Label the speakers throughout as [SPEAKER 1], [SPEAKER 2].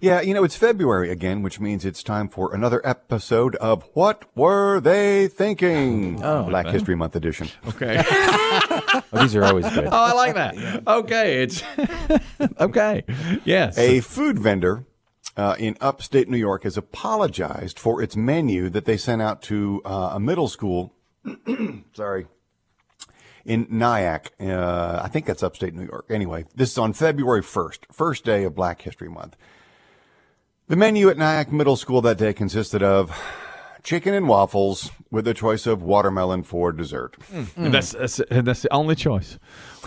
[SPEAKER 1] Yeah, you know, it's February again, which means it's time for another episode of What Were They Thinking?
[SPEAKER 2] Oh,
[SPEAKER 1] Black
[SPEAKER 2] okay.
[SPEAKER 1] History Month edition.
[SPEAKER 2] Okay.
[SPEAKER 3] these are always good.
[SPEAKER 2] oh, I like that. Okay, it's okay. Yes.
[SPEAKER 1] A food vendor uh, in upstate New York has apologized for its menu that they sent out to uh, a middle school. sorry. In Nyack, uh, I think that's upstate New York. Anyway, this is on February 1st, first day of Black History Month. The menu at Nyack Middle School that day consisted of chicken and waffles with a choice of watermelon for dessert.
[SPEAKER 2] Hmm. That's, that's that's the only choice.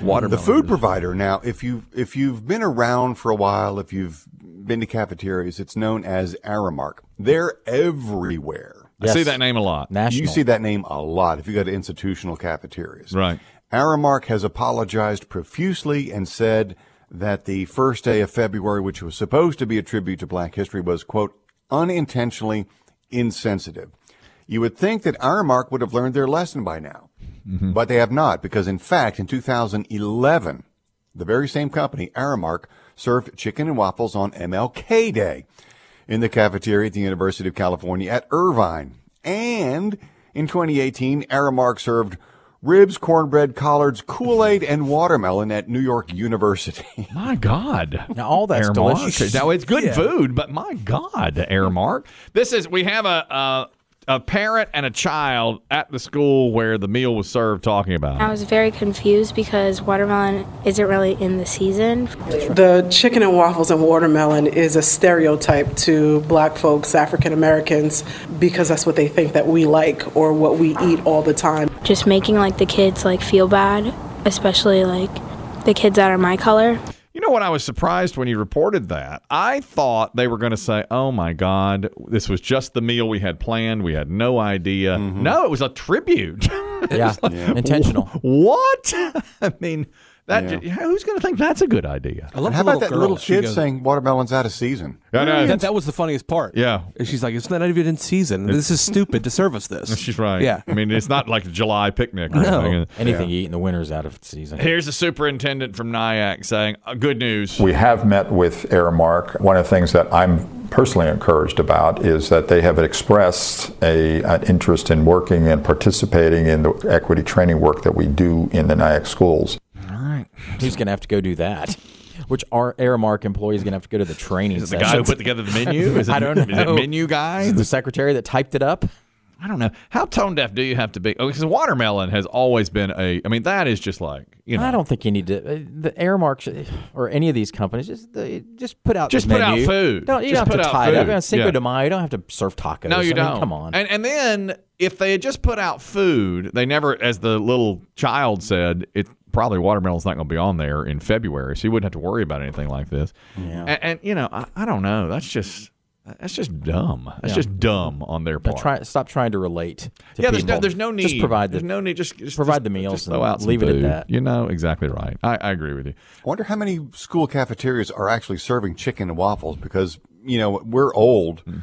[SPEAKER 2] Watermelon.
[SPEAKER 1] The food provider now, if you if you've been around for a while, if you've been to cafeterias, it's known as Aramark. They're everywhere.
[SPEAKER 2] I see
[SPEAKER 3] Yes.
[SPEAKER 2] that name a lot.
[SPEAKER 3] National.
[SPEAKER 1] You see that name a lot if you go to institutional cafeterias.
[SPEAKER 2] Right.
[SPEAKER 1] Aramark has apologized profusely and said that the first day of February, which was supposed to be a tribute to black history, was, quote, unintentionally insensitive. You would think that Aramark would have learned their lesson by now, but they have not, because in fact, in 2011, the very same company, Aramark, served chicken and waffles on MLK Day in the cafeteria at the University of California at Irvine. And in 2018, Aramark served ribs, cornbread, collards, Kool-Aid, and watermelon at New York University.
[SPEAKER 2] My God.
[SPEAKER 3] Now, all that's
[SPEAKER 2] Airmark.
[SPEAKER 3] delicious.
[SPEAKER 2] Now it's good food, but my God, Airmark. This is we have a, a a parent and a child at the school where the meal was served talking about.
[SPEAKER 4] I
[SPEAKER 2] it.
[SPEAKER 4] was very confused because watermelon isn't really in the season.
[SPEAKER 5] The chicken and waffles and watermelon is a stereotype to black folks, African Americans, because that's what they think that we like or what we eat all the time.
[SPEAKER 4] Just making like the kids like feel bad, especially like the kids that are my color.
[SPEAKER 2] You know what? I was surprised when you reported that. I thought they were going to say, oh my God, this was just the meal we had planned. We had no idea. No, it was a tribute.
[SPEAKER 3] yeah. intentional.
[SPEAKER 2] what? I mean, that
[SPEAKER 1] Yeah.
[SPEAKER 2] who's going to think that's a good idea?
[SPEAKER 6] I love
[SPEAKER 1] How
[SPEAKER 6] the
[SPEAKER 1] about that
[SPEAKER 6] girl.
[SPEAKER 1] little
[SPEAKER 6] She
[SPEAKER 1] kid
[SPEAKER 6] goes-
[SPEAKER 1] saying watermelon's out of season?
[SPEAKER 2] I know.
[SPEAKER 6] That, that was the funniest part.
[SPEAKER 2] Yeah.
[SPEAKER 6] And she's like, it's not even in season. This is stupid to serve us this.
[SPEAKER 2] She's right.
[SPEAKER 6] Yeah.
[SPEAKER 2] I mean, it's not like a July picnic or
[SPEAKER 3] No.
[SPEAKER 2] anything.
[SPEAKER 3] Anything you eat in the winter's out of season.
[SPEAKER 2] Here's the superintendent from Nyack saying, uh, good news.
[SPEAKER 7] We have met with Aramark. One of the things that I'm personally encouraged about is that they have expressed a, an interest in working and participating in the equity training work that we do in the NIAC schools.
[SPEAKER 3] Who's going to have to go do that? Which our Airmark employee is going to have to go to the training
[SPEAKER 2] Is it the guy who
[SPEAKER 3] sessions?
[SPEAKER 2] put together the menu? Is it,
[SPEAKER 3] I don't
[SPEAKER 2] Is it
[SPEAKER 3] know.
[SPEAKER 2] menu guy?
[SPEAKER 3] the secretary that typed it up?
[SPEAKER 2] I don't know. How tone deaf do you have to be? Oh, because watermelon has always been a. I mean, that is just like you know.
[SPEAKER 3] I don't think you need to. uh, The Airmark sh- or any of these companies just they- just put out
[SPEAKER 2] Just
[SPEAKER 3] the
[SPEAKER 2] put out
[SPEAKER 3] menu.
[SPEAKER 2] food.
[SPEAKER 3] Don't you
[SPEAKER 2] Just
[SPEAKER 3] don't have
[SPEAKER 2] put
[SPEAKER 3] to
[SPEAKER 2] out
[SPEAKER 3] tie it up.
[SPEAKER 2] food.
[SPEAKER 3] On Cinco
[SPEAKER 2] Yeah.
[SPEAKER 3] de Mayo, you don't have to serve tacos.
[SPEAKER 2] No, you
[SPEAKER 3] I mean,
[SPEAKER 2] don't.
[SPEAKER 3] Come on.
[SPEAKER 2] And and then if they had just put out food, they never, as the little child said, it probably watermelon's not going to be on there in February, so you wouldn't have to worry about anything like this. Yeah. And, and, you know, I, I don't know. That's just that's just dumb. That's just dumb on their
[SPEAKER 3] Now
[SPEAKER 2] part.
[SPEAKER 3] try, stop trying to relate. To
[SPEAKER 2] yeah, there's
[SPEAKER 3] people.
[SPEAKER 2] no, there's no need.
[SPEAKER 3] Just provide the
[SPEAKER 2] there's no need. Just, just
[SPEAKER 3] provide
[SPEAKER 2] just-
[SPEAKER 3] the meals
[SPEAKER 2] Just throw
[SPEAKER 3] and
[SPEAKER 2] out some
[SPEAKER 3] leave it at
[SPEAKER 2] food.
[SPEAKER 3] that.
[SPEAKER 2] You know exactly right. I, I agree with you.
[SPEAKER 1] I wonder how many school cafeterias are actually serving chicken and waffles because, you know, we're old.
[SPEAKER 6] Hmm.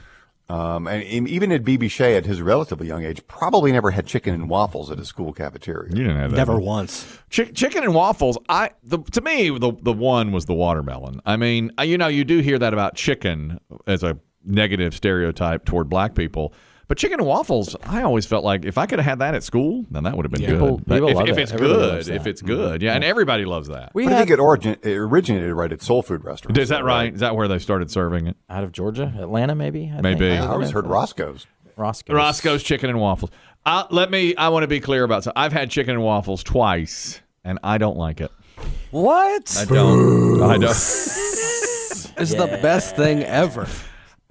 [SPEAKER 1] Um, and and even at BB Shea at his relatively young age, probably never had chicken and waffles at a school cafeteria.
[SPEAKER 2] You didn't have that.
[SPEAKER 6] Never once.
[SPEAKER 2] Chick- chicken and waffles. I the, to me the the one was the watermelon. I mean, uh, you know, you do hear that about chicken as a negative stereotype toward black people. But chicken and waffles, I always felt like if I could have had that at school, then that would have been good.
[SPEAKER 3] People-
[SPEAKER 2] But
[SPEAKER 3] people
[SPEAKER 2] if,
[SPEAKER 3] love
[SPEAKER 2] if
[SPEAKER 3] it.
[SPEAKER 2] it's
[SPEAKER 3] Everybody loves
[SPEAKER 2] good,
[SPEAKER 3] that. Mm-hmm.
[SPEAKER 2] if it's good, yeah, and everybody loves that.
[SPEAKER 3] We
[SPEAKER 1] But I
[SPEAKER 3] had
[SPEAKER 1] think it, origin- it originated right at soul food restaurants.
[SPEAKER 2] Is that right? Is that where they started serving it?
[SPEAKER 3] out of Georgia, Atlanta, maybe. I
[SPEAKER 2] Maybe.
[SPEAKER 3] think.
[SPEAKER 1] I always heard Roscoe's.
[SPEAKER 3] Roscoe's.
[SPEAKER 2] Roscoe's chicken and waffles. Uh, let me. I want to be clear about something. I've had chicken and waffles twice, and I don't like it.
[SPEAKER 6] What?
[SPEAKER 2] I don't. I don't.
[SPEAKER 6] It's the best thing ever.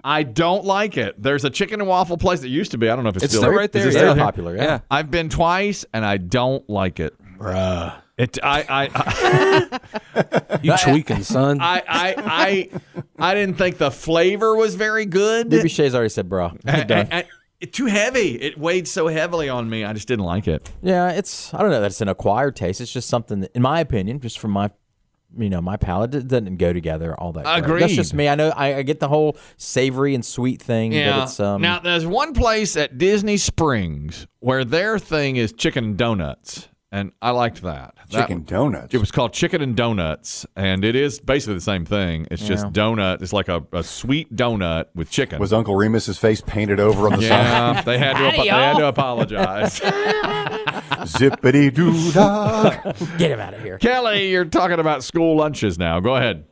[SPEAKER 2] I don't like it. There's a chicken and waffle place that used to be. I don't know if it's,
[SPEAKER 6] It's still
[SPEAKER 2] there.
[SPEAKER 6] right
[SPEAKER 2] Is it
[SPEAKER 6] there,
[SPEAKER 2] still
[SPEAKER 6] yeah.
[SPEAKER 3] Very
[SPEAKER 2] here?
[SPEAKER 3] popular. Yeah.
[SPEAKER 6] Yeah.
[SPEAKER 2] I've been twice and I don't like it.
[SPEAKER 6] Bruh.
[SPEAKER 2] It, I, I, I,
[SPEAKER 6] You tweaking, son.
[SPEAKER 2] I, I, I, I didn't think the flavor was very good.
[SPEAKER 3] Maybe Shay's already said bra.
[SPEAKER 2] I-
[SPEAKER 3] Done.
[SPEAKER 2] I- I- it- too heavy. It weighed so heavily on me. I just didn't like it.
[SPEAKER 3] Yeah, it's I don't know. That's an acquired taste. It's just something that, in my opinion, just from my you know my palate, it doesn't go together all that. great. That's just
[SPEAKER 2] Agreed.
[SPEAKER 3] me. I know I, I get the whole savory and sweet thing, but
[SPEAKER 2] Yeah.
[SPEAKER 3] it's um.
[SPEAKER 2] now there's one place at Disney Springs where their thing is chicken and donuts, and I liked that. That-
[SPEAKER 1] Chicken donuts.
[SPEAKER 2] It was called Chicken and Donuts, and it is basically the same thing. It's just donut. It's like a, a sweet donut with chicken.
[SPEAKER 1] Was Uncle Remus's face painted over on the
[SPEAKER 2] yeah, they had to. apo- they had to apologize.
[SPEAKER 1] side? Zippity doo dah.
[SPEAKER 3] get him out of here.
[SPEAKER 2] Kelly, you're talking about school lunches now. Go ahead.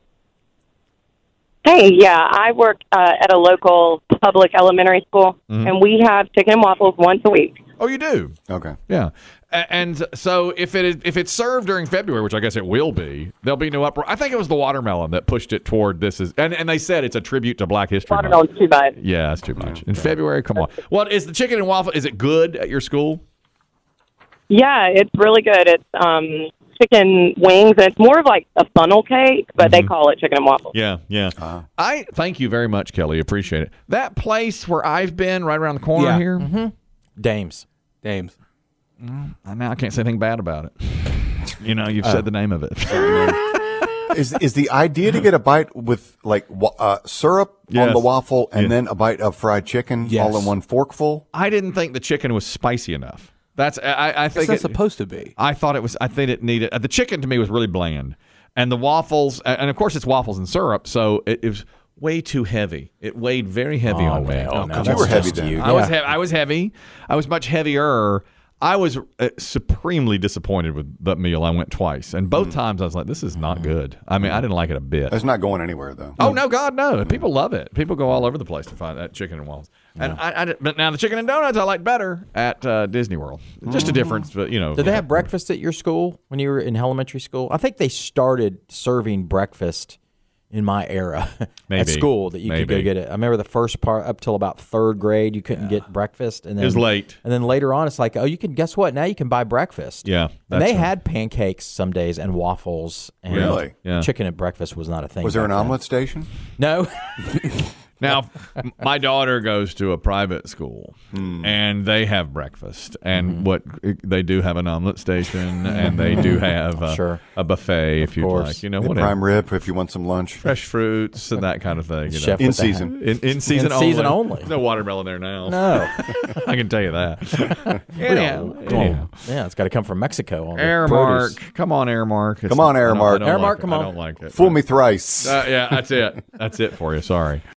[SPEAKER 8] Hey, yeah, I work uh, at a local public elementary school,
[SPEAKER 3] Mm-hmm.
[SPEAKER 8] and we have chicken and waffles once a week.
[SPEAKER 2] Oh, you do.
[SPEAKER 1] Okay.
[SPEAKER 2] Yeah, A- and so if it is, if it's served during February, which I guess it will be, there'll be no uproar. I think it was the watermelon that pushed it toward this is, and, and they said it's a tribute to Black History Month.
[SPEAKER 8] Watermelon's too bad.
[SPEAKER 2] Yeah, that's too much in February. Come on. Well, is the chicken and waffle? Is it good at your school?
[SPEAKER 8] Yeah, it's really good. It's um, chicken wings, and it's more of like a funnel cake, but
[SPEAKER 3] Mm-hmm.
[SPEAKER 8] they call it chicken and waffles.
[SPEAKER 2] Yeah, yeah. I thank you very much, Kelly. Appreciate it. That place where I've been, right around the corner
[SPEAKER 6] Yeah.
[SPEAKER 2] here.
[SPEAKER 3] Dames.
[SPEAKER 6] Dames.
[SPEAKER 2] I- Now I can't say anything bad about it. Uh, You know, you've said the name of it.
[SPEAKER 1] Is is the idea to get a bite with like wa- uh, syrup on
[SPEAKER 2] Yes.
[SPEAKER 1] the waffle and then a bite of fried chicken
[SPEAKER 6] Yes.
[SPEAKER 1] all in one forkful?
[SPEAKER 2] I didn't think the chicken was spicy enough. That's I, I think
[SPEAKER 6] It's not
[SPEAKER 2] it-
[SPEAKER 6] supposed to be.
[SPEAKER 2] I thought it was. I think it needed. uh, The chicken to me was really bland, and the waffles, a- and of course it's waffles and syrup, so it, it was way too heavy. It weighed very heavy on me.
[SPEAKER 3] Oh, no,
[SPEAKER 1] you
[SPEAKER 3] that's
[SPEAKER 1] were heavy
[SPEAKER 3] just
[SPEAKER 1] then.
[SPEAKER 3] you.
[SPEAKER 2] I was heavy. I was heavy. I was much heavier. I was uh, supremely disappointed with that meal. I went twice, and
[SPEAKER 3] Mm.
[SPEAKER 2] both times I was like, "This is not good." I mean, I didn't like it a bit.
[SPEAKER 1] That's not going anywhere though.
[SPEAKER 2] Oh no, God
[SPEAKER 3] Mm.
[SPEAKER 2] no! People love it. People go all over the place to find that chicken and waffles. And I, I did- but now the chicken and donuts I like better at uh, Disney World. Just a difference, but you know.
[SPEAKER 3] Did Mm. they have breakfast at your school when you were in elementary school? I think they started serving breakfast in my era at
[SPEAKER 2] Maybe.
[SPEAKER 3] school that you could go
[SPEAKER 2] Maybe.
[SPEAKER 3] get it. I remember the first part up till about third grade, you couldn't get breakfast, and then
[SPEAKER 2] was late.
[SPEAKER 3] And then later on, it's like, oh, you can guess what? Now you can buy breakfast.
[SPEAKER 2] Yeah,
[SPEAKER 3] and
[SPEAKER 2] that's
[SPEAKER 3] they
[SPEAKER 2] right.
[SPEAKER 3] had pancakes some days and waffles. And
[SPEAKER 1] Really?
[SPEAKER 2] Yeah.
[SPEAKER 3] Chicken at breakfast was not a thing.
[SPEAKER 1] Was there
[SPEAKER 3] back
[SPEAKER 1] an
[SPEAKER 3] then.
[SPEAKER 1] omelet station?
[SPEAKER 3] No.
[SPEAKER 2] Now, m- my daughter goes to a private school,
[SPEAKER 3] Hmm.
[SPEAKER 2] and they have breakfast, and
[SPEAKER 3] Mm-hmm.
[SPEAKER 2] what they do have an omelet station, and they do have a,
[SPEAKER 3] Sure.
[SPEAKER 2] a buffet if you would
[SPEAKER 3] course.
[SPEAKER 2] like, you know,
[SPEAKER 1] The
[SPEAKER 2] whatever,
[SPEAKER 1] prime rib if you want some lunch.
[SPEAKER 2] fresh fruits and that kind of thing. You know.
[SPEAKER 3] Chef
[SPEAKER 1] In
[SPEAKER 3] with the
[SPEAKER 1] season.
[SPEAKER 3] hand.
[SPEAKER 2] In, in season
[SPEAKER 3] In
[SPEAKER 2] only.
[SPEAKER 3] season only.
[SPEAKER 2] There's no watermelon there now.
[SPEAKER 3] No.
[SPEAKER 2] I can tell you that. Anyhow, anyhow.
[SPEAKER 3] yeah, it's got to come from Mexico. All the produce.
[SPEAKER 2] Airmark, come on, Airmark. It's
[SPEAKER 1] Come on,
[SPEAKER 2] not- I don't- I
[SPEAKER 1] Airmark.
[SPEAKER 2] don't like
[SPEAKER 3] Airmark,
[SPEAKER 2] it.
[SPEAKER 3] come
[SPEAKER 2] I
[SPEAKER 3] on.
[SPEAKER 2] don't like it.
[SPEAKER 1] Fool me thrice.
[SPEAKER 2] Uh, yeah, that's it. That's it for you. Sorry.